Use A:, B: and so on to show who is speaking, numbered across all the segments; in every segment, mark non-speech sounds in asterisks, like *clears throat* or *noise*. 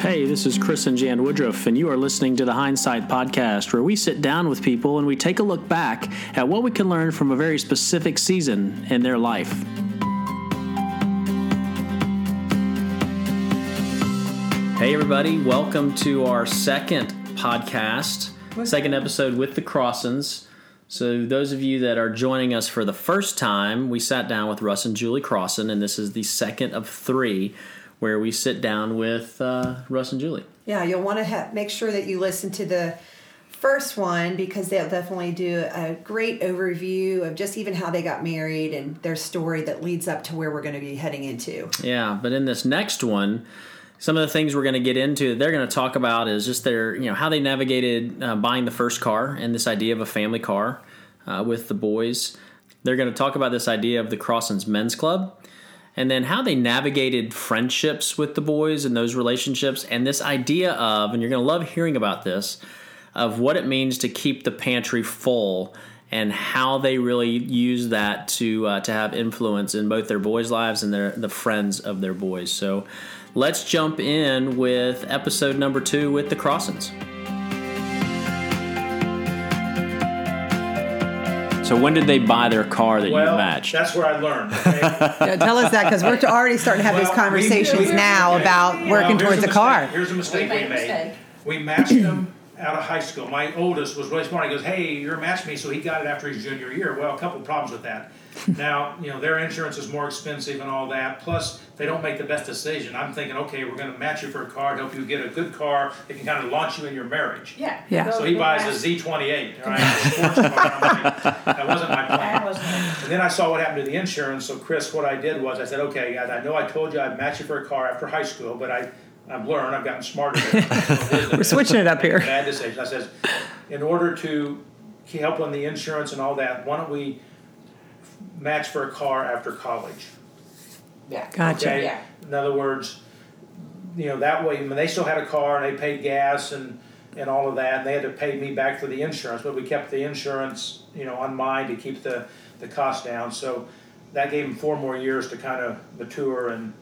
A: Hey, this is Chris and Jan Woodruff, and you are listening to the Hindsight Podcast, where we sit down with people and we take a look back at what we can learn from a very specific season in their life. Hey, everybody, welcome to our second podcast, second episode with the Crossins. So, those of you that are joining us for the first time, we sat down with Russ and Julie Crossan, and this is the second of three where we sit down with uh, Russ and Julie.
B: Yeah, you'll want to ha- make sure that you listen to the first one because they'll definitely do a great overview of just even how they got married and their story that leads up to where we're going to be heading into.
A: Yeah, but in this next one, some of the things we're going to get into, they're going to talk about is just their, you know, how they navigated uh, buying the first car and this idea of a family car uh, with the boys. They're going to talk about this idea of the Crossins Men's Club and then how they navigated friendships with the boys and those relationships and this idea of, and you're going to love hearing about this, of what it means to keep the pantry full and how they really use that to uh, to have influence in both their boys' lives and their the friends of their boys. So let's jump in with episode number two with the Crossins. So when did they buy their car that
C: Well,
A: you matched?
C: that's where I learned. okay?
B: Yeah, tell us that because we're already starting to have
C: Well,
B: these
C: we-
B: conversations
C: we-
B: now
C: okay.
B: about
C: Well,
B: working
C: here's
B: towards a
C: mistake-
B: car.
C: Here's uh, a mistake
D: made
C: we
D: a
C: made.
D: mistake.
C: We matched him out of high school. My oldest was really smart. He goes, "Hey, you're a match me," so he got it after his junior year. Well, a couple problems with that. Now, you know, their insurance is more expensive and all that. Plus, they don't make the best decision. I'm thinking, okay, we're going to match you for a car, help you get a good car that can kind of launch you in your marriage.
D: Yeah.
B: Yeah.
C: So he buys a Z28. All right, a sports car. I'm like, that wasn't my plan.
D: That was
C: And then I saw what happened to the insurance. So Chris, what I did was I said, okay, guys, I know I told you I'd match you for a car after high school, but I, I've learned, I've gotten smarter.
B: *laughs*
C: We're
B: switching it up here.
C: Bad decision. I says, in order to help on the insurance and all that, why don't we match for a car after college?
D: yeah.
B: Gotcha.
C: Okay?
D: Yeah.
C: In other words, you know, that way, I mean, they still had a car and they paid gas and, and all of that, and they had to pay me back for the insurance, but we kept the insurance, you know, on mine to keep the, the cost down. So that gave them four more years to kind of mature and,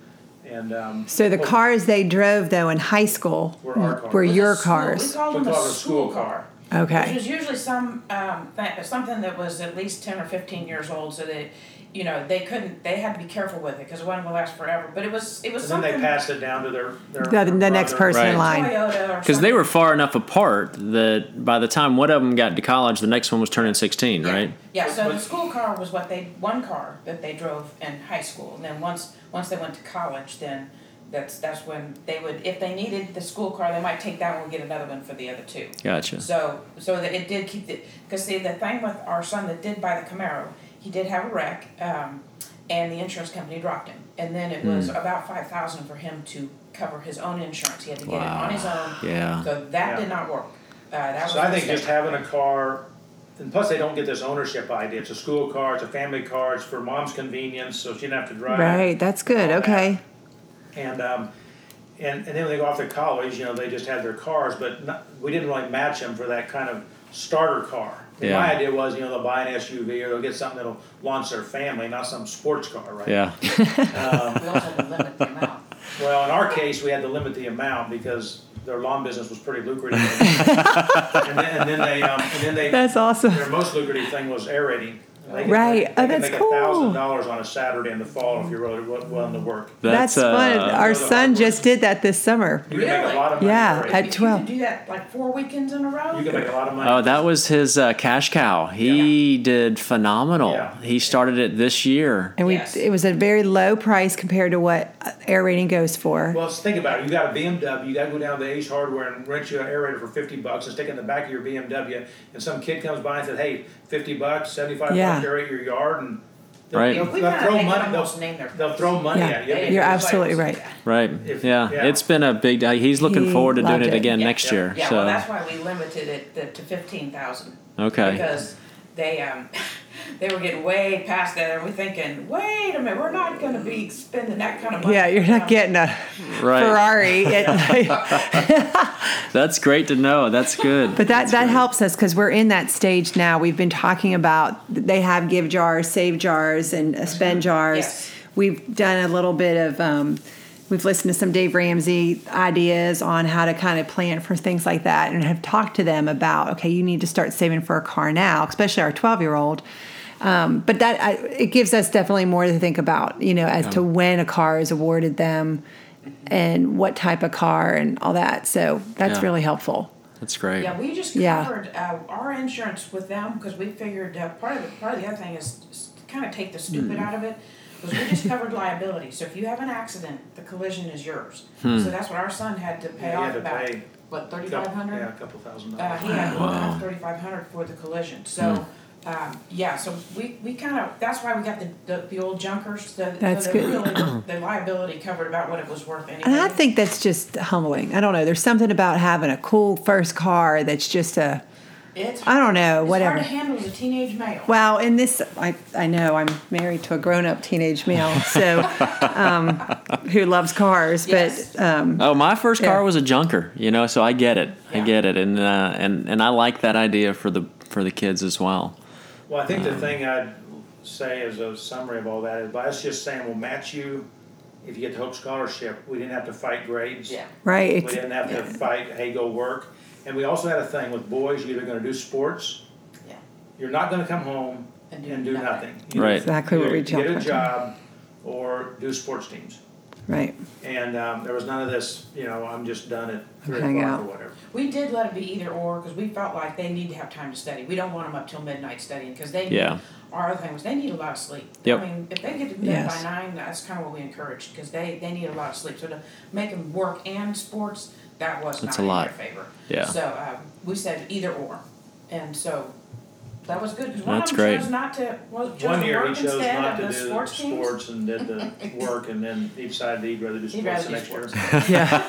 C: and, um.
B: So the
C: well,
B: cars they drove though in high school
C: Were our cars.
B: were
C: Was
D: It was
B: your
D: a school-
B: cars.
D: We called
C: We
D: them
C: call
D: a
C: it a
D: school car. Which
B: Okay.
D: was usually some, um, th- something that was at least ten or fifteen years old, so that, you know, they couldn't, they had to be careful with it, because it wasn't gonna last forever, but it was, it was
C: And then they
D: something.
C: passed it down to their, their.
B: The, the next
C: brother.
B: person in
A: Right.
B: line.
D: Toyota or
A: Because they
D: something.
A: were far enough apart that by the time one of them got to college, the next one was turning 16, right?
D: Yeah, so
C: But-
D: the school car was what they, one car that they drove in high school, and then once, once they went to college, then that's, that's when they would, if they needed the school car, they might take that one and get another one for the other two.
A: Gotcha.
D: So, so that it did keep the, because see, the thing with our son that did buy the Camaro, he did have a wreck, um, and the insurance company dropped him. And then it
A: Hmm.
D: was about five thousand for him to cover his own insurance. He had to get it on his own.
A: Yeah.
D: So that
C: Yeah.
D: did not work. Uh, that
C: So
D: was a
C: I think
D: mistake.
C: just having a car, and plus they don't get this ownership idea. It's a school car, it's a family car, it's for mom's convenience, so she didn't have to drive.
B: Right. That's good. Okay.
C: And um, and and then when they go off to college, you know, they just had their cars, but not, we didn't really match them for that kind of starter car. And
A: Yeah.
C: My idea was, you know, they'll buy an SUV or they'll get something that'll launch their family, not some sports car, right?
A: Yeah.
D: We also had to limit the amount.
C: Well, in our case, we had to limit the amount because their lawn business was pretty
A: *laughs*
C: lucrative. and, then, and then they um, and then they
B: That's uh, awesome.
C: Their most lucrative thing was aerating. They could-
B: Right.
C: They
B: Oh,
C: could
B: that's
C: make
B: cool.
C: thousand dollars on a Saturday in the fall if you're really wi- willing to work.
B: That's, fun.
A: uh,
B: Our son just did that this summer.
C: You can make
D: Really?
C: a lot of money.
B: Yeah,
C: aerating.
B: At
D: You could
B: 12.
D: do that like four weekends in a row.
C: you can make a lot of money.
A: Oh, that was his uh, cash cow. He did phenomenal.
C: Yeah.
A: He started it this year.
B: And we
D: Yes.
B: it was a very low price compared to what uh, air rating goes for.
C: well, just think about it. You got a BMW. You got to go down to Ace Hardware and rent you an aerator for fifty bucks and stick it in the back of your BMW. And some kid comes by and says, "Hey, fifty bucks, seventy-five
B: Yeah.
C: bucks to aerate your yard." And they'll,
A: Right.
C: they'll,
D: We
C: they'll
D: kinda
C: throw
D: make it
C: money.
D: almost
C: They'll,
D: name their-
C: they'll throw money
B: Yeah.
C: at you.
D: They-
B: You're
D: it's like-
B: absolutely right.
A: Right.
C: If-
A: yeah.
C: yeah.
A: It's been a big day. He's looking
B: He
A: forward to doing
B: loved
A: it
B: it.
A: again
D: Yeah.
A: next year.
D: Yeah,
A: so,
D: well, that's why we limited it the, to fifteen thousand.
A: Okay.
D: Because they um, *laughs* they were getting way past that, and we're thinking, wait a minute, we're not going to be spending that kind of money.
B: Yeah, you're
D: Um,
B: not getting a
A: right.
B: Ferrari. It-
A: That's great to know.
B: *laughs*
A: That's good.
B: but that, that helps us because we're in that stage now. We've been talking about they have give
A: Mm-hmm.
B: jars, save jars, and uh, spend jars.
D: Yes.
B: We've done a little bit of um,
E: We've listened to some Dave Ramsey ideas on how to kind of plan for things like that and have talked to them about, okay, you need to start saving for a car now, especially our 12 year old. Um, but that I, it gives us definitely more to think about, you know, as to when a car is awarded them and what type of car and all that. So that's
A: Yeah.
E: really helpful.
A: That's great.
D: Yeah, we just
E: Yeah.
D: covered uh, our insurance with them because we figured uh, part of the, part of the other thing is, is kind of take the stupid
E: Mm.
D: out of it. Was we just covered liability. So if you have an accident, the collision is yours.
E: Hmm.
D: So that's what our son had to pay
C: Yeah, he
D: off
C: had to
D: about
C: pay
D: what thirty five
C: Couple-
D: hundred.
C: Yeah, a couple thousand
D: Uh,
C: dollars.
D: he had to
A: Wow.
D: thirty five hundred for the collision. So.
E: Hmm.
D: Um, yeah, so we, we kind of that's why we got the the, the old junkers. The,
E: That's
D: so they
E: good.
D: Really, the liability covered about what it was worth anyway.
E: And I think that's just humbling. I don't know. There's something about having a cool first car that's just a,
D: it's
E: I don't know,
D: it's
E: whatever.
D: hard to handle as a teenage male.
E: Well, in this, I, I know I'm married to a grown up teenage
C: *laughs*
E: male, so um, who loves cars,
D: Yes.
E: but um,
A: Oh, my first car
E: Yeah.
A: was a junker, you know, so I get it. I
D: Yeah.
A: get it, and uh, and and I like that idea for the for the kids as well.
C: Well, I think the thing I'd say as a summary of all that is by us just saying we'll match you if you get the Hope Scholarship, we didn't have to fight grades.
D: yeah.
E: right,
C: We
E: it's,
C: didn't have to fight, hey, go work. And we also had a thing with boys, you're either going to do sports,
D: Yeah.
C: you're not going to come home
D: And do
C: and do
D: nothing.
C: nothing. You
A: Right.
E: Exactly what
C: either
E: we
C: Get a
E: jumped on.
C: job or do sports teams.
E: right.
C: And um, there was none of this, you know, I'm just done at three
E: Hang
C: o'clock
E: out.
C: or whatever.
D: We did let it be either or because we felt like they need to have time to study. We don't want them up till midnight studying because they
A: Yeah.
D: our other thing was they need a lot of sleep.
A: Yep.
D: I mean, if they get to bed
E: Yes.
D: by nine, that's kind of what we encouraged because they, they need a lot of sleep. So to make them work and sports, that was
A: That's
D: not
A: a lot.
D: in their favor.
A: Yeah.
D: So um, we said either or, and so that was good because one
A: That's
D: of them
A: great.
D: chose not to. Well, chose
C: One
D: to
C: year
D: work
C: he chose
D: instead
C: not
D: of
C: to do
D: the sports teams.
C: sports and did
D: *laughs*
C: the work, and then he decided he'd rather do
D: He'd
C: sports the
D: rather do
C: next year.
D: sports.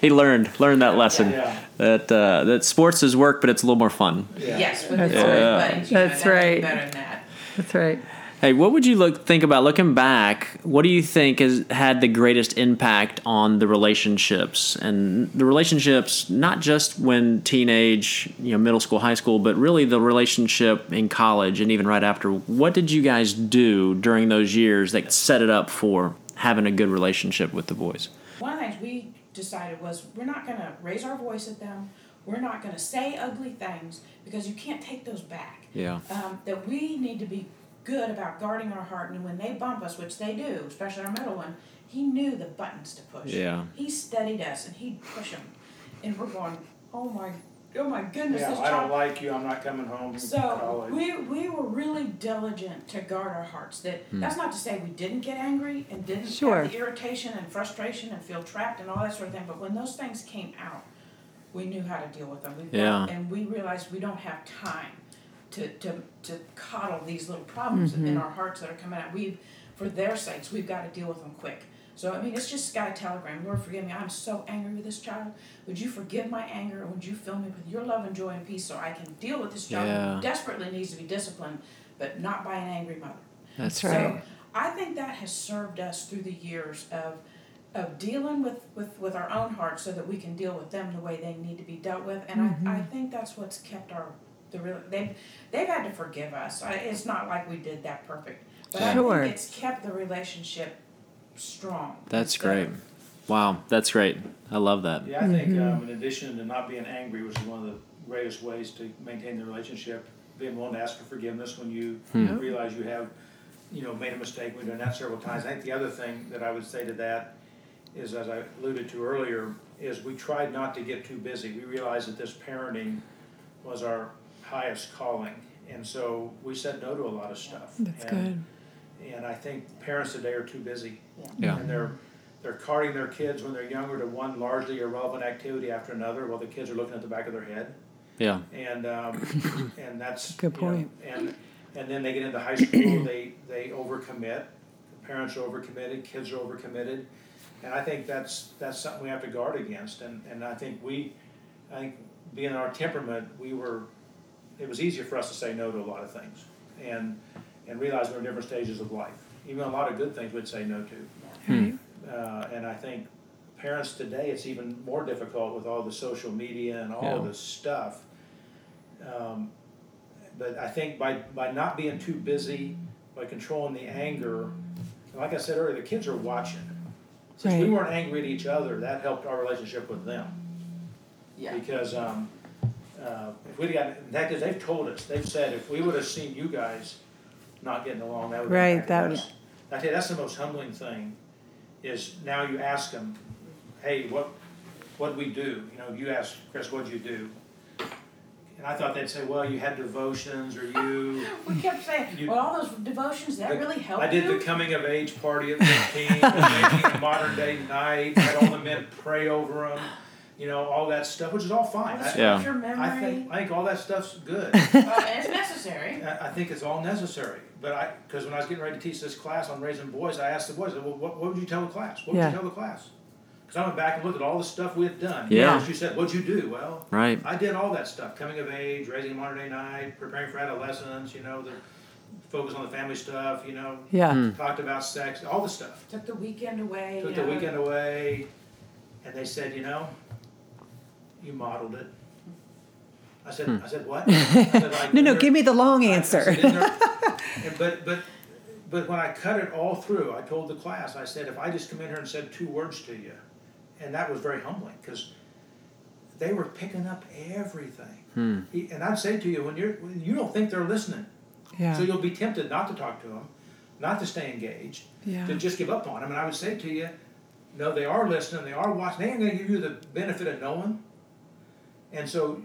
A: He learned learned that lesson
C: Yeah.
A: that uh, that sports is work, but it's a little more fun.
C: Yeah.
D: Yes, with
E: That's
D: his
A: right.
D: buddies, you know,
E: That's
D: that would be
E: right.
D: Better than that.
E: That's right.
A: Hey, what would you look think about looking back? What do you think has had the greatest impact on the relationships and the relationships, not just when teenage, you know, middle school, high school, but really the relationship in college and even right after? What did you guys do during those years that set it up for having a good relationship with the boys?
D: One of the things we decided was we're not going to raise our voice at them. We're not going to say ugly things because you can't take those back.
A: Yeah.
D: Um, that we need to be good about guarding our heart, and when they bump us, which they do, especially our middle one, he knew the buttons to push.
A: Yeah.
D: He studied us, and he'd push them, and we're going, oh my, oh my goodness,
C: Yeah,
D: this
C: I don't
D: child
C: like you, I'm not coming home from
D: so
C: college.
D: we, we were really diligent to guard our hearts. That that's not to say we didn't get angry and didn't
E: Sure.
D: have the irritation and frustration and feel trapped and all that sort of thing. But when those things came out, we knew how to deal with them. We
A: Yeah.
D: and we realized we don't have time to to, to coddle these little problems in our hearts that are coming out. We've for their sakes, we've got to deal with them quick. So I mean, it's just got a telegram. Lord, forgive me. I'm so angry with this child. Would you forgive my anger? And would you fill me with your love and joy and peace, so I can deal with this child
A: Yeah.
D: who desperately needs to be disciplined, but not by an angry mother.
A: That's
E: right.
D: So I think that has served us through the years of of dealing with, with, with our own hearts so that we can deal with them the way they need to be dealt with. And
E: Mm-hmm.
D: I, I think that's what's kept our the real they've they've had to forgive us. I, it's not like we did that perfect. But I
E: Sure.
D: think it's kept the relationship strong.
A: That's
D: instead
A: great.
D: of-
A: Wow, that's great. I love that.
C: Yeah, I think um, in addition to not being angry, which is one of the greatest ways to maintain the relationship, being willing to ask for forgiveness when you realize you have, you know, made a mistake. We've done that several times. I think the other thing that I would say to that is, as I alluded to earlier, is we tried not to get too busy. We realized that this parenting was our highest calling, and so we said no to a lot of stuff.
E: That's
C: and, good. And I think parents today are too busy
A: Yeah.
C: and they're they're carting their kids when they're younger to one largely irrelevant activity after another while the kids are looking at the back of their head
A: Yeah.
E: *coughs*
C: and um, and that's
E: Good
C: you know,
E: point.
C: and and then they get into high school they they overcommit parents are overcommitted kids are overcommitted and I think that's that's something we have to guard against and and I think we I think being our temperament we were it was easier for us to say no to a lot of things and and realize we're in different stages of life even a lot of good things we'd say no to uh, and I think parents today, it's even more difficult with all the social media and all
A: Yeah.
C: this stuff. Um, but I think by, by not being too busy, by controlling the anger, and like I said earlier, the kids are watching. Since we
E: Right.
C: weren't angry at each other, that helped our relationship with them
D: Yeah.
C: because um, uh, if we got that, because they've told us, they've said if we would have seen you guys not getting along, that would
E: Right,
C: Have
E: that
C: that
E: would-
C: us. I tell you, that's the most humbling thing. Is now you ask them, hey, what what we do? You know, you ask Chris, what'd you do? And I thought they'd say, well, you had devotions, or you.
D: We kept saying,
C: You-
D: well, all those devotions, *laughs* that
C: The-
D: really helped
C: I did
D: you?
C: the coming of age party at 15, and
D: *laughs*
C: making a modern day night, had all the men pray over them, you know, all that stuff, which is all fine. I,
F: Yeah.
D: Your memory.
C: I think I think all that stuff's
E: *laughs*
C: good.
D: Uh, and
C: *laughs*
D: it's necessary.
C: I, I think it's all necessary. But I, because when I was getting ready to teach this class on raising boys, I asked the boys, I said, well, what, what would you tell the class? What would
E: Yeah.
C: you tell the class? Because I went back and looked at all the stuff we had done.
F: Yeah.
C: As you said, what'd you do? Well,
F: Right.
C: I did all that stuff: coming of age, raising a modern day night, preparing for adolescence. You know, the focus on the family stuff. You know,
E: Yeah.
C: talked about sex, all the stuff.
D: Took the weekend away.
C: Took
D: you
C: the
D: know.
C: weekend away, and they said, you know, you modeled it. I said, I
E: *laughs*
C: said what? I said, like,
E: Hmm. No, no,
C: there-
E: give me the long
C: I- I
E: answer.
C: *laughs* said, "Is there-" and- but but but when I cut it all through, I told the class, I said, if I just come in here and said two words to you, and that was very humbling because they were picking up everything.
E: Hmm.
C: He- And I'd say to you, when you're when you don't think they're listening, so
E: Yeah.
C: you'll be tempted not to talk to them, not to stay engaged,
E: Yeah.
C: to just give up on them. And I would say to you, no, they are listening, they are watching. They ain't going to give you the benefit of knowing. And so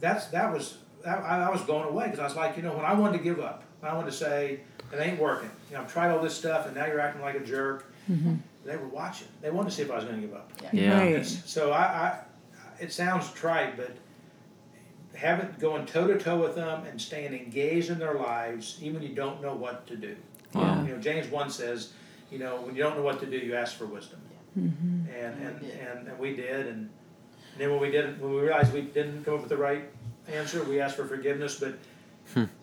C: that's that was that, I, I was blown away because I was like, you know, when I wanted to give up, when I wanted to say it ain't working. You know, I've tried all this stuff, and now you're acting like a jerk.
E: Mm-hmm.
C: They were watching. They wanted to see if I was going to give up.
F: Yeah.
E: Right.
C: So I, I, it sounds trite, but having going toe to toe with them and staying engaged in their lives, even when you don't know what to do.
F: Wow.
C: You know, James one says, you know, when you don't know what to do, you ask for wisdom. And and, and and we did, and then when we did, when we realized we didn't come up with the right answer, we asked for forgiveness. But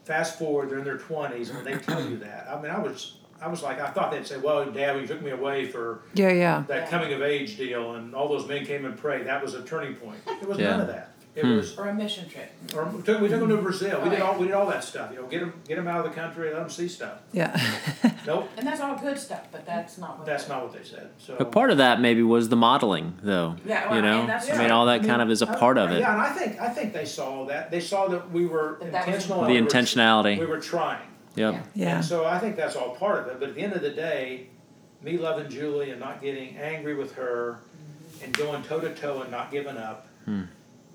C: fast forward, they're in their twenties, and they tell you that. I mean, I was. I was like, I thought they'd say, "Well, Dad, you took me away for
E: Yeah, yeah.
C: that coming of age deal and all those men came and prayed, that was a turning point. It was
F: Yeah. Hmm.
C: none of that. It was,
D: Or a mission trip.
C: or we took, we took them to Brazil. We did all we did all that stuff. You know, get them get them out of the country, let them see stuff.
E: Yeah.
C: Nope,
D: And that's all good stuff, but that's not what
C: that's not what they said. So
F: But part of that maybe was the modeling, though.
D: Yeah, well,
F: you
D: I mean,
F: know,
D: that's
F: I
D: true.
F: mean, all that kind of is a
C: I-
F: part of it.
C: Yeah, and I think I think they saw that. They saw that we were
D: That that was
C: intentional.
F: The
C: and we were-
F: intentionality.
C: We were trying.
F: Yep.
E: Yeah.
C: And so I think that's all part of it. But at the end of the day, me loving Julie and not getting angry with her and going toe to toe and not giving up,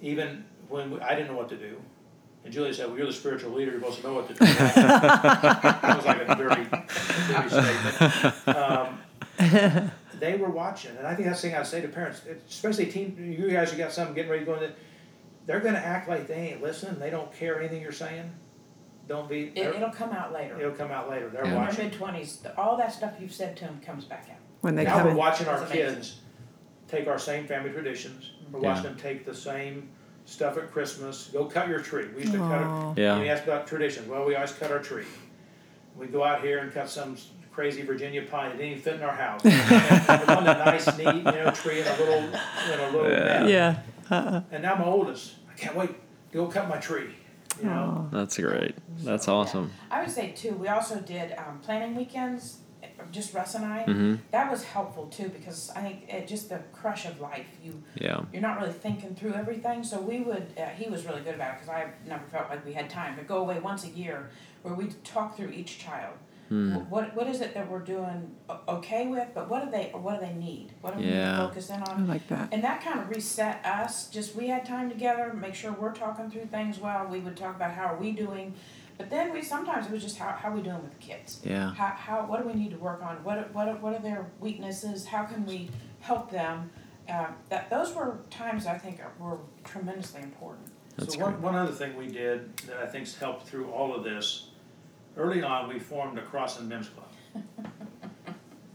C: even when we, I didn't know what to do. And Julie said, Well, you're the spiritual leader, you're supposed to know what to do. *laughs* that was like a dirty, dirty statement. Um, they were watching. And I think that's the thing I'd say to parents, especially teen, you guys who got something getting ready to go into they're going to act like they ain't listening. They don't care anything you're saying. Don't be.
D: It, it'll come out later.
C: It'll come out later. They're
F: Yeah.
D: in their
C: watching.
D: mid twenties, all that stuff you've said to them comes back out.
E: When they
C: Now
E: come
C: we're
E: in.
C: watching our
D: That's amazing.
C: kids take our same family traditions. We're
F: Yeah.
C: watching them take the same stuff at Christmas. Go cut your tree. We used to
E: Aw.
C: cut. Our,
F: Yeah.
C: And we asked about traditions. Well, we always cut our tree. We go out here and cut some crazy Virginia pine that didn't even fit in
F: *laughs*
C: our house. we want a nice, neat, you know, tree in a little, in a little. net.
E: Yeah.
C: And now my oldest, I can't wait to go cut my tree.
E: Oh,
C: You know.
F: That's great. That's awesome.
D: I would say too. We also did um, planning weekends, eh, just Russ and I.
F: Mm-hmm.
D: That was helpful too because I think it, just the crush of life. You
F: Yeah.
D: you're not really thinking through everything. So we would. Uh, he was really good about it because I never felt like we had time to go away once a year where we talk through each child.
F: Hmm.
D: Wh- What what is it that we're doing o- okay with, but what do they what do they need? What do we need to
F: Yeah.
D: focus in
E: I
D: on?
E: like that.
D: And that kind of reset us. Just we had time together, make sure we're talking through things well. We would talk about how are we doing, but then we sometimes it was just how how we doing with the kids.
F: Yeah.
D: How how what do we need to work on? What are- what are- what are their weaknesses? How can we help them? Uh, that those were times I think are- were tremendously important.
F: That's
C: so one, one other thing we did that I think's helped through all of this, early on we formed a crossing men's club.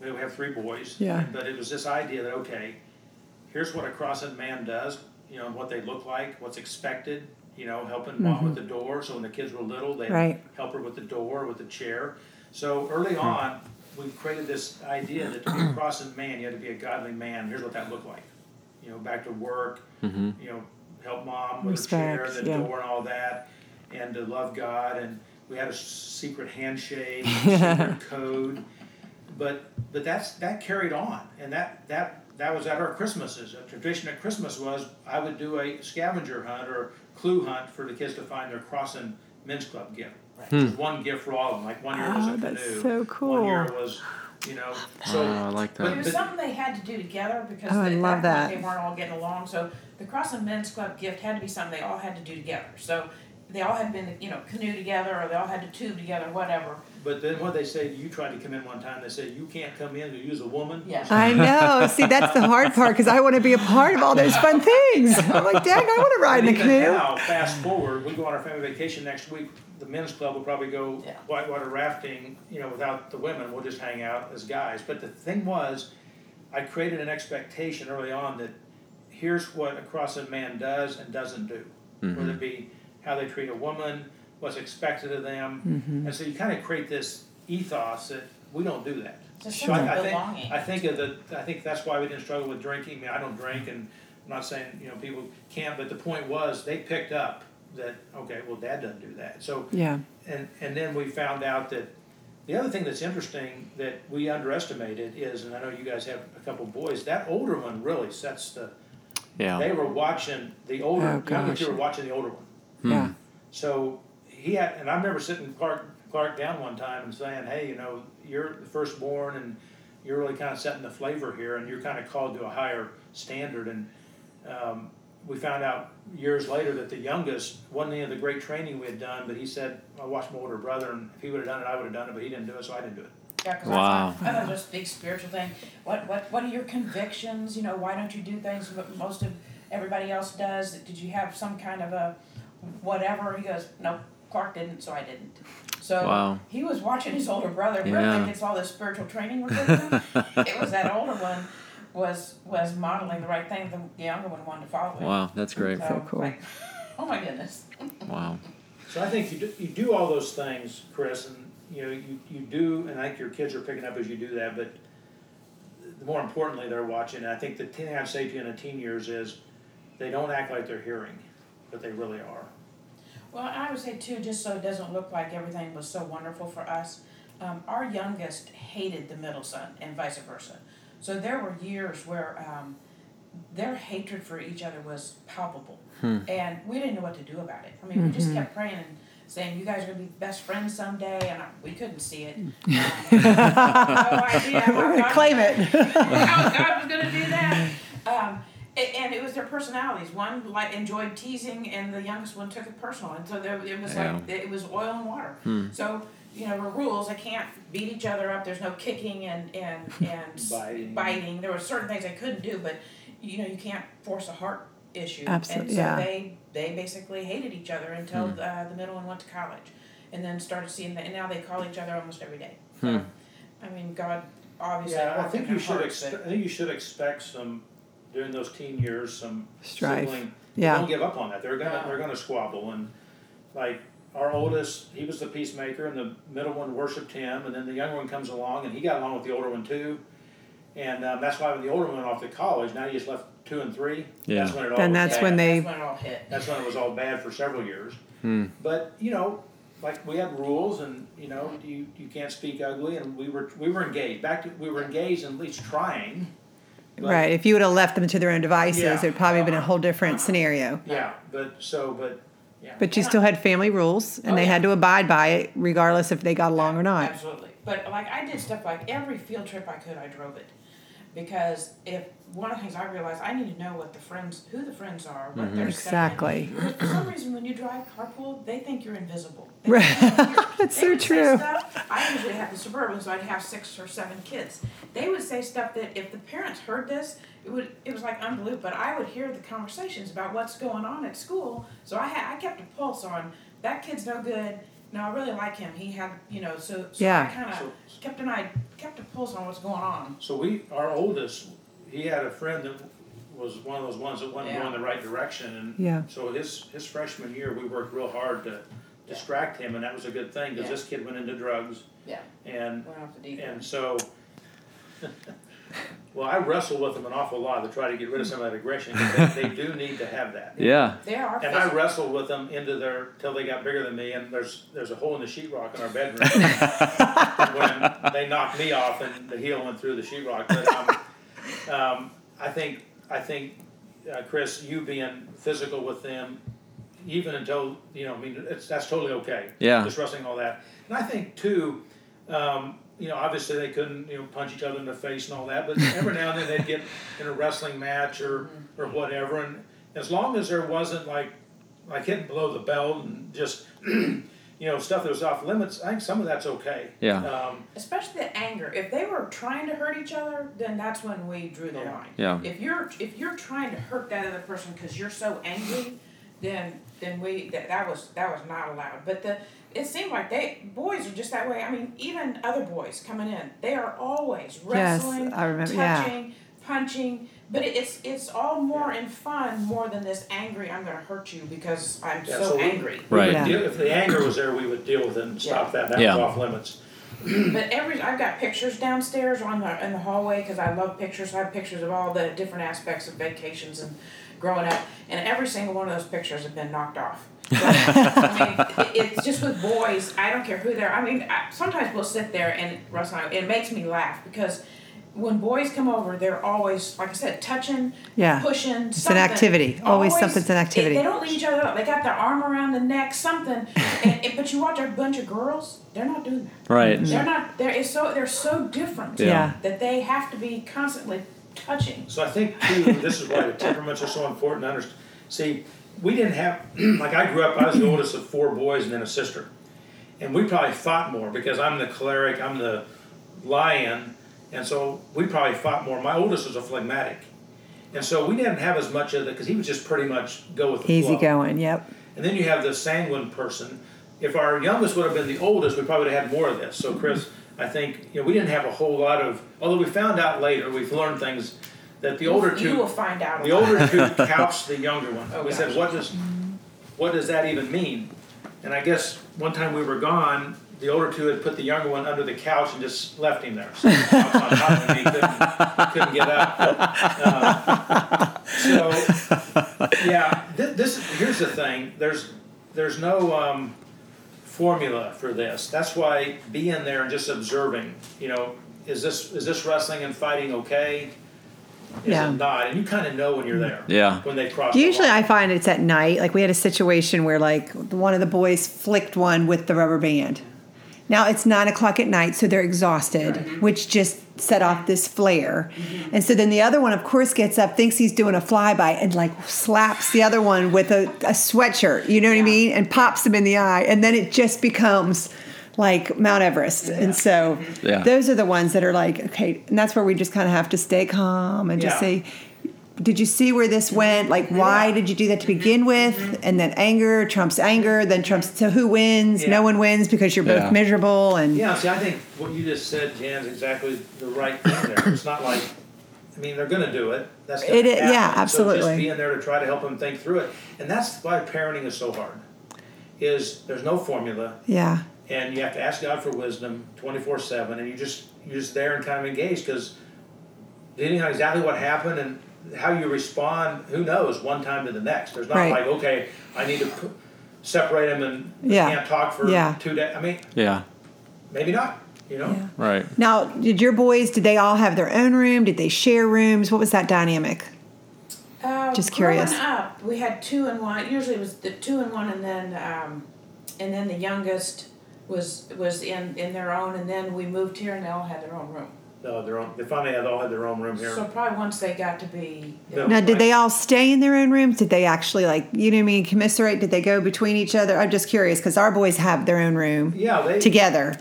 C: we have three boys.
E: Yeah.
C: But it was this idea that okay, here's what a crossing man does, you know, what they look like, what's expected, you know, helping mom with the door. So when the kids were little, they
E: Mm-hmm. Right. Hmm.
C: help her with the door, with the chair. So early on, we created this idea that to be a crossing man, you had to be a godly man. Here's what that looked like. You know, back to work,
F: Mm-hmm.
C: you know, help mom with her chair,
E: Respect,
C: the
E: yeah.
C: door, and all that, and
E: *laughs*
C: to love God. And we had a s- secret handshake, secret code. but but that's that carried on, and that that that was at our Christmases. A tradition at Christmas was I would do a scavenger hunt or clue hunt for the kids to find their crossing men's club gift.
F: Hmm.
C: Just One gift for all of them. Like one year was
E: Oh,
C: a
E: that's
C: canoe.
E: so
C: One year
E: cool.
C: was, you know, so
F: Oh, I like
D: It
F: that.
C: But-
D: was something they had to do together because
E: Oh, I
D: they, at
E: love
D: that
E: that.
D: point they weren't all getting along. So the Cross and Men's Club gift had to be something they all had to do together. So they all had been, you know, canoe together or they all had to tube together, whatever.
C: But then what they said, you tried to come in one time. They said you can't come in. You use a woman.
D: Yeah.
E: I know. See, that's the hard part because I want to be a part of all those fun things. I'm like, dang, I want to ride in a
C: Even
E: canoe.
C: Now, fast forward, we go on our family vacation next week. The men's club will probably go
D: Yeah.
C: whitewater rafting. You know, without the women, we'll just hang out as guys. But the thing was, I created an expectation early on that here's what a CrossFit man does and doesn't do, whether it be how they treat a woman, what's expected of them, and so you kind of create this ethos that we don't do that.
D: Just
C: So I,
D: sense
C: I
D: of
C: think
D: belonging.
C: I think of the I think that's why we didn't struggle with drinking. I, mean, I don't drink, and I'm not saying you know people can't, but the point was they picked up that okay, well, Dad doesn't do that, so
E: Yeah.
C: and and then we found out that the other thing that's interesting that we underestimated is, and I know you guys have a couple boys, that older one really sets the. They
F: Yeah.
C: were watching the older,
E: Oh,
C: younger
E: gosh.
C: two were watching the older one.
E: Yeah.
C: So he had, and I remember sitting Clark Clark down one time and saying, "Hey, you know, you're the firstborn, and you're really kind of setting the flavor here, and you're kind of called to a higher standard." And um, we found out years later that the youngest wasn't any of the great training we had done, but he said, "I watched my older brother, and if he would have done it, I would have done it, but he didn't do it, so I didn't do it."
D: Yeah, 'cause
F: Wow.
D: I thought, oh, this big spiritual thing. What what what are your convictions? You know, why don't you do things what most of everybody else does? Did you have some kind of a whatever? He goes, no, Clark didn't, so I didn't. So
F: Wow.
D: he was watching his older brother. Where
F: Yeah.
D: yeah. gets all this spiritual training we're giving
F: *laughs*
D: him? it was that older one was was modeling the right thing. The, the younger one wanted to follow. Him.
F: Wow. That's great.
E: So cool.
D: like, oh my goodness.
F: Wow.
C: So I think you do, you do all those things, Chris, and you know you, you do, and I think your kids are picking up as you do that. But more importantly, they're watching. And I think the thing I'd say to you in the teen years is they don't act like they're hearing, but they really are.
D: Well, I would say too, just so it doesn't look like everything was so wonderful for us, um, our youngest hated the middle son and vice versa. So there were years where um, their hatred for each other was palpable. And we didn't know what to do about it. I mean, we just kept praying and saying, you guys are going to be best friends someday. And I, we couldn't see it. no idea. how
E: We're going to
D: God-
E: claim it.
D: how God was going to do that. Um, a- and it was their personalities. One like enjoyed teasing, and the youngest one took it personal. And so there, it was like it was oil and water.
E: Hmm.
D: So you know, were rules. I can't beat each other up. There's no kicking and and and
C: *laughs*
D: s-
C: Biting.
D: biting. There were certain things I couldn't do, but you know, you can't force a heart issue.
E: Absolute-
D: And so
E: yeah. Hmm.
D: they they basically hated each other until uh, the middle one went to college, and then started seeing that. And now they call each other almost every day.
E: Hmm.
D: So, I mean, God obviously.
C: Yeah, I
D: worked in
C: think
D: their
C: you should.
D: hearts,
C: Expe-
D: but-
C: I think you should expect some during those teen years some
E: Strife.
C: Sibling,
E: Yeah.
C: Don't give up on that. They're gonna
D: No.
C: they're gonna squabble and like our oldest, he was the peacemaker, and the middle one worshipped him, and then the younger one comes along, and he got along with the older one too. And um, that's why when the older one went off to college, now you just left two and three.
F: Yeah.
C: That's when it all
E: Then
C: was
E: that's
C: bad.
E: when they-
D: That's when it all hit.
C: That's when it was all bad for several years.
E: Hmm.
C: But you know, like we had rules, and you know, you, you can't speak ugly, and we were we were engaged. Back to, we were engaged and at least trying. but-
E: Right. If you would have left them to their own devices,
C: Yeah.
E: it would probably have been a whole different scenario.
C: Yeah, but so but yeah.
E: But you still had family rules and
D: Oh,
E: they
D: yeah.
E: had to abide by it regardless if they got along or not.
D: Absolutely. But like I did stuff like every field trip I could, I drove it. Because if one of the things I realized, I need to know what the friends, who the friends are, what they're
E: Mm-hmm. Exactly.
D: Because for some reason, when you drive carpool, they think you're invisible. They
E: Right.
D: think you're-
E: *laughs* That's
D: they
E: so
D: would say
E: true.
D: Stuff, I usually have the suburban, so I'd have six or seven kids. They would say stuff that if the parents heard this, it would it was like unbelievable. But I would hear the conversations about what's going on at school, so I had I kept a pulse on that kid's no good. No, I really like him. He had you know so, so
E: Yeah.
D: I kind
C: So-
D: of kept an eye kept a pulse on what's going on.
C: So we, our oldest, he had a friend that was one of those ones that wasn't
D: Yeah.
C: going the right direction, and
E: Yeah.
C: so his his freshman year, we worked real hard to distract him, and that was a good thing because
D: Yeah.
C: this kid went into drugs,
D: Yeah,
C: and
D: went off the deep.
C: and so. Well, I wrestle with them an awful lot to try to get rid of some of that aggression. 'cause They, they do need to have that.
F: Yeah.
D: They are.
C: And I wrestled with them into their till they got bigger than me, and there's there's a hole in the sheetrock in our bedroom. when they knocked me off, and the heel went through the sheetrock. But um, um, I think I think uh, Chris, you being physical with them, even until you know, I mean, it's, that's totally okay.
F: Yeah.
C: just wrestling all that, and I think too. Um, you know, obviously they couldn't, you know, punch each other in the face and all that,
F: *laughs*
C: but every now and then they'd get in a wrestling match or,
F: Mm-hmm.
C: or whatever, and as long as there wasn't like like hitting below the belt and just *clears throat* you know stuff that was off limits, I think some of that's okay.
F: Yeah.
C: Um,
D: especially the anger. If they were trying to hurt each other, then that's when we drew the
C: Yeah.
D: line.
F: Yeah.
D: If you're if you're trying to hurt that other person because you're so angry, then then we that, that was that was not allowed. But the it seemed like they boys are just that way. I mean, even other boys coming in, they are always wrestling,
E: I remember- yeah.
D: touching, punching. But it- it's it's all more in fun more than this angry. I'm going to hurt you because I'm
C: Yeah,
D: so
C: so we-
D: angry.
F: Right.
E: Yeah.
C: If the anger was there, we would deal with it and stop that. That
F: Yeah.
C: was off limits.
D: *clears throat* But every I've got pictures downstairs on the in the hallway because I love pictures. I have pictures of all the different aspects of vacations and growing up, and every single one of those pictures have been knocked off. *laughs* I mean, it- it's just with boys. I don't care who they're. I mean, I, sometimes we'll sit there and Russ and I. It makes me laugh because when boys come over, they're always like I said, touching,
E: Yeah.
D: pushing. It's
E: an activity. Always something's an activity.
D: They, don't leave each other up. They got their arm around the
E: *laughs*
D: neck, something. and, and- but you watch a bunch of girls. They're not doing that.
F: Right.
D: They're not. They're it's so. They're so different.
F: Yeah.
E: Yeah.
D: That they have to be constantly touching.
C: So I think too, *laughs* this is why the temperaments are so important. To understand. See, we didn't have *clears throat* like I grew up. I was the oldest of four boys and then a sister, and we probably fought more because I'm the cleric. I'm the lion, and so we probably fought more. My oldest was a phlegmatic, and so we didn't have as much of that because he was just pretty much go with the
E: Easy
C: flow.
E: going. Yep.
C: And then you have the sanguine person. If our youngest would have been the oldest, we probably would have had more of this. So, Chris, I think you know we didn't have a whole lot of. Although we found out later, we've learned things that the older
D: You will
C: two,
D: find out. a
C: the
D: lot.
C: older two couched the younger one.
D: Oh,
C: we said,
D: gosh.
C: what does, what does that even mean? And I guess one time we were gone, the older two had put the younger one under the couch and just left him there. So he was on top of me, couldn't, couldn't get
D: *laughs*
C: up. Uh, so yeah, this, this here's the thing. There's there's no um, formula for this. That's why being there and just observing. You know, is this is this wrestling and fighting okay? Is
E: Yeah.
C: it not? And you kind of know when you're there.
F: Yeah.
C: When they cross. the
E: Usually,
C: line.
E: I find it's at night. Like we had a situation where like one of the boys flicked one with the rubber band. Now it's nine o'clock at night, so they're exhausted, which just set off this flare. And so then the other one, of course, gets up, thinks he's doing a flyby, and like slaps the other one with a, a sweatshirt, you know what I mean? And pops him in the eye. And then it just becomes like Mount Everest. And so
F: Yeah.
E: those are the ones that are like, okay, and that's where we just kind of have to stay calm and just
C: Yeah.
E: say, did you see where this went? Like, why did you do that to
C: Mm-hmm.
E: begin with? And then anger trumps anger, then trumps so who wins?
C: Yeah.
E: No one wins because you're both
F: Yeah.
E: miserable. And
C: Yeah, see, I think what you just said, Jan's exactly the right thing there. It's not like, I mean, they're going to do it. That's gonna
E: It is- yeah,
C: happen. So
E: absolutely.
C: just being there to try to help them think through it, and that's why parenting is so hard. Is there's no formula,
E: yeah,
C: and you have to ask God for wisdom 24 seven, and you just you're just there and kind of engaged because depending on exactly what happened and how you respond, who knows? One time to the next, there's not
E: Right.
C: like okay, I need to p- separate them and
E: Yeah.
C: can't talk for
E: Yeah.
C: two days. I mean,
F: Yeah.
C: maybe not. You know.
E: Yeah.
F: Right.
E: Now, did your boys? Did they all have their own room? Did they share rooms? What was that dynamic?
D: Uh,
E: Just curious.
D: Growing up, we had two and one. Usually it was the two and one, and then um, and then the youngest was was in in their own, and then we moved here, and they all had their own room.
C: No, their own. They finally had all had their own room here.
D: So probably once they got to be.
C: No.
E: Now, did they all stay in their own rooms? Did they actually like you know what I mean? Commiserate? Did they go between each other? I'm just curious because our boys have their own room
C: yeah, they.
E: together.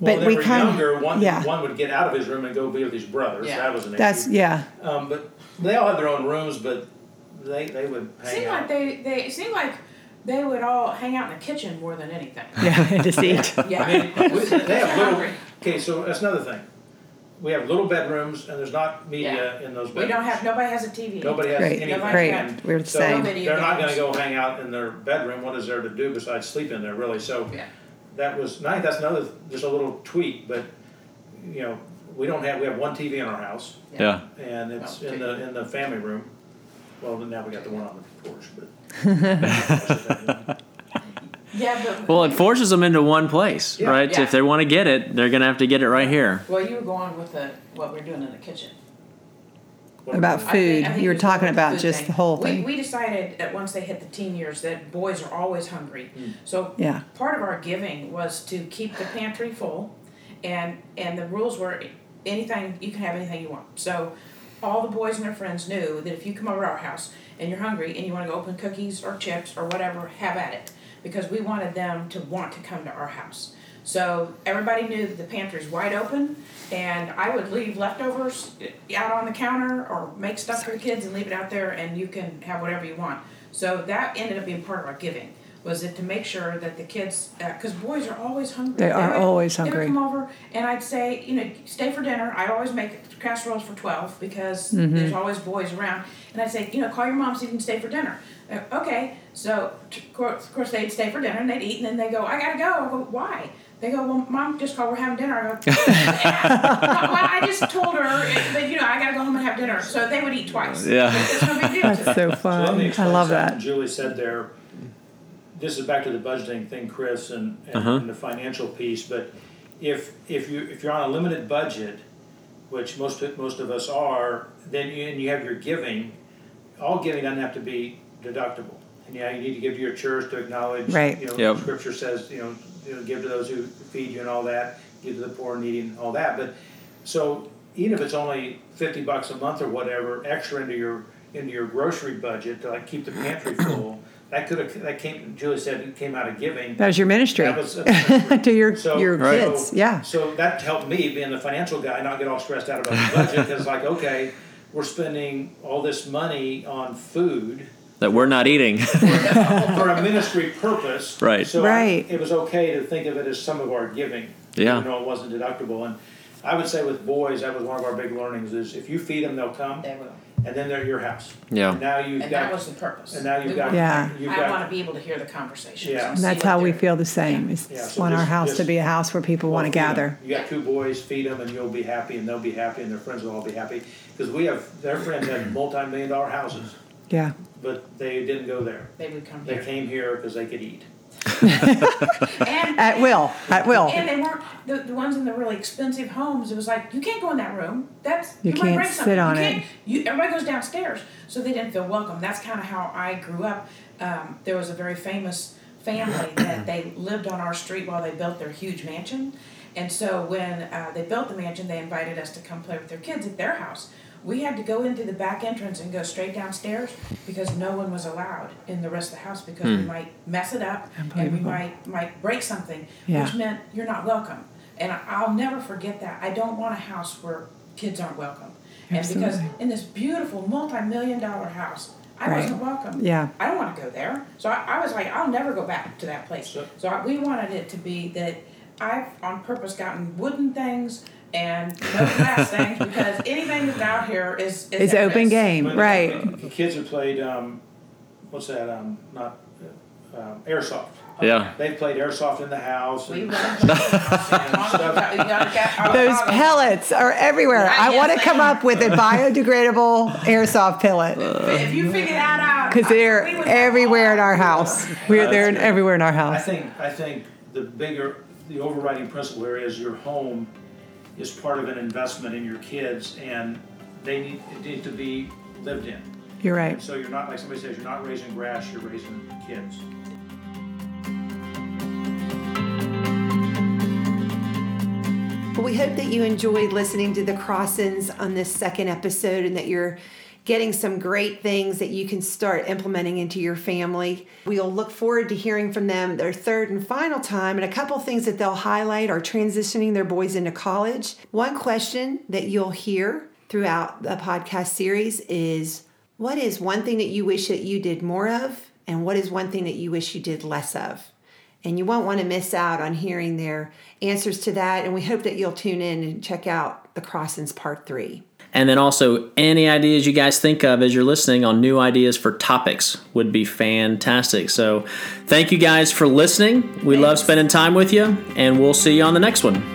C: well,
E: but
C: they
E: we
C: were
E: kinda-
C: younger. One,
E: yeah.
C: one would get out of his room and go be with his brothers.
D: Yeah.
C: That was an
E: That's
C: issue. *laughs*
E: yeah,
C: Um, but they all had their own rooms, but they they would hang
D: Seemed
C: out.
D: like they they it seemed like they would all hang out in the kitchen more than anything.
E: yeah, just eat.
C: *laughs*
D: Yeah.
C: We- they have little.
D: Hungry.
C: Okay, so that's another thing. We have little bedrooms, and thems not media in those bedrooms.
D: We don't have nobody has a TV.
C: Nobody has
E: Great,
C: anything.
E: great. We're the
C: so
E: same.
D: Nobody
C: They're not going to go
D: does.
C: hang out in their bedroom. What is there to do besides sleep in there, really? So
D: Yeah.
C: that was nice. That's another just a little tweak, but you know, we don't have, we have one TV in our house,
F: Yeah.
C: and it's
D: Oh,
C: in
D: okay.
C: the, in the family room. Well, now we got the one on the porch,
E: *laughs*
C: but. *laughs*
D: Yeah, but
F: Well, it forces them into one place,
C: Yeah.
F: right?
D: Yeah.
F: If they want to get it, they're going to have to get it right here.
D: well, you were going with the what we're doing in the kitchen.
E: About
D: I think-
E: food,
D: I think
E: you were
D: it's
E: talking
D: the
E: about
D: food
E: just
D: thing.
E: the whole
D: We-
E: thing.
D: We, decided that once they hit the teen years that boys are always hungry. So
E: Yeah.
D: part of our giving was to keep the pantry full, and and the rules were anything you can have anything you want. So all the boys and their friends knew that if you come over to our house and you're hungry and you want to go open cookies or chips or whatever, have at it, because we wanted them to want to come to our house. So everybody knew that the pantry's wide open, and I would leave leftovers out on the counter or make stuff for the kids and leave it out there, and you can have whatever you want. So that ended up being part of our giving was it to make sure that the kids, because boys are always hungry.
E: They are
D: would-
E: always
D: they would
E: hungry.
D: come over, and I'd say, you know, stay for dinner. I always make casseroles for twelve because
E: Mm-hmm.
D: there's always boys around, and I'd say, you know, call your mom so you can stay for dinner. Uh, okay, so t- of course, of course they'd stay for dinner and they'd eat, and then they go, I gotta go. I go, why? They go, well, mom just called. We're having dinner.
E: *laughs*
D: I go, "Yeah." *laughs* well, I just told her that you know I gotta go home and have dinner. So they would eat twice.
F: Yeah.
D: it's no big deal.
E: *laughs* That's
D: to them.
E: so
C: So let
E: fun.
C: me
E: I
C: explain
E: love
C: something
E: that.
C: Julie said there, this is back to the budgeting thing, Chris, and, and, and the financial piece, but if, if you, if you're on a limited budget, which most, of- most of us are, then you, and you have your giving, all giving doesn't have to be deductible. And yeah, you need to give to your church to acknowledge,
E: Right.
C: you know,
F: Yep.
C: scripture says, you know, you know, give to those who feed you and all that, give to the poor and needy and all that, but, so even if it's only fifty bucks a month or whatever extra into your into your grocery budget to like keep the pantry full, that could have that came. Julie said it came out of giving.
E: That was your ministry
C: That was-
E: *laughs*
C: that's-
E: to your *laughs*
C: So,
E: your
C: so-
E: kids. Yeah.
C: So that helped me being the financial guy not get all stressed out about the budget because like okay, we're spending all this money on food
F: That we're not eating. *laughs*
C: for a ministry purpose.
F: Right.
C: So I-
E: Right.
C: it was okay to think of it as some of our giving.
F: Yeah.
C: Even though it wasn't deductible. And I would say with boys, that was one of our big learnings is if you feed them, they'll come.
D: They will.
C: And then they're at your house.
F: Yeah.
C: And now you've
D: And
C: got.
D: that was the purpose.
C: and now you've
D: We
C: got.
D: wanted-
E: Yeah.
C: You've
D: I
C: got,
D: want to be able to hear the conversations.
C: Yeah.
D: and
C: And
E: And
D: see
E: that's
D: what
E: how we
D: they're-
E: feel the same.
D: Yeah.
E: It's
C: Yeah, so
E: want our
C: just-
E: house to
C: just-
E: be a house where people want to
C: feed 'em.
E: gather.
C: You got two boys, feed them, and you'll be happy, and they'll be happy, and their friends will all be happy. Because we have their friends have multi-million dollar houses,
E: Yeah.
C: but they didn't go there.
D: They would come
C: They
D: here.
C: came here because they could eat.
D: And,
E: At will. At will.
D: And they weren't, the, the ones in the really expensive homes, it was like, you can't go in that room. That's,
E: You
D: might
E: can't
D: break
E: sit
D: something.
E: on
D: you
E: it."
D: Can't, you, everybody goes downstairs. So they didn't feel welcome. That's kind of how I grew up. Um, there was a very famous
E: *coughs*
D: family that they lived on our street while they built their huge mansion. And so when uh, they built the mansion, they invited us to come play with their kids at their house. We had to go in through the back entrance and go straight downstairs because no one was allowed in the rest of the house because we might mess it up and we
E: Hmm. Unbelievable.
D: might might break something,
E: Yeah.
D: which meant you're not welcome. And I- I'll never forget that. I don't want a house where kids aren't welcome. And because
E: Absolutely.
D: in this beautiful multi-million dollar house, I
E: Right.
D: wasn't welcome.
E: Yeah.
D: I don't want to go there. So I, I was like, I'll never go back to that place.
C: Sure.
D: So I, we wanted it to be that I've on purpose gotten wooden things and no
E: *laughs*
D: glass things because anything that's out here is is
E: It's
D: at
E: open
D: risk.
E: game.
C: When
E: Right.
C: The kids have played. Um, what's that? Um, not uh, um, airsoft.
F: yeah.
C: They played airsoft in the house.
D: We
C: and-
D: were. Those
E: *laughs* Those pellets are everywhere.
D: Yeah,
E: I
D: yes,
E: want to
D: they
E: come up with a biodegradable airsoft pellet
D: If you figure that out,
E: because
D: I- we
E: they're
D: would have
E: everywhere in
D: all-
E: our
D: *laughs*
E: house. We're they're in
C: That's-
E: everywhere in our
C: I
E: house.
C: think I think the bigger, the overriding principle here is your home is part of an investment in your kids, and they need it need to be lived in.
E: You're right.
C: So you're not like somebody says you're not raising grass, you're raising kids.
B: Well, we hope that you enjoyed listening to the cross-ins on this second episode and that you're getting some great things that you can start implementing into your family. We'll look forward to hearing from them their third and final time. And a couple things that they'll highlight are transitioning their boys into college. One question that you'll hear throughout the podcast series is what is one thing that you wish that you did more of? And what is one thing that you wish you did less of? And you won't want to miss out on hearing their answers to that. And we hope that you'll tune in and check out The Crossings Part 3.
A: And then also, any ideas you guys think of as you're listening on new ideas for topics would be fantastic. So, thank you guys for listening. We love spending time with you, and we'll see you on the next one.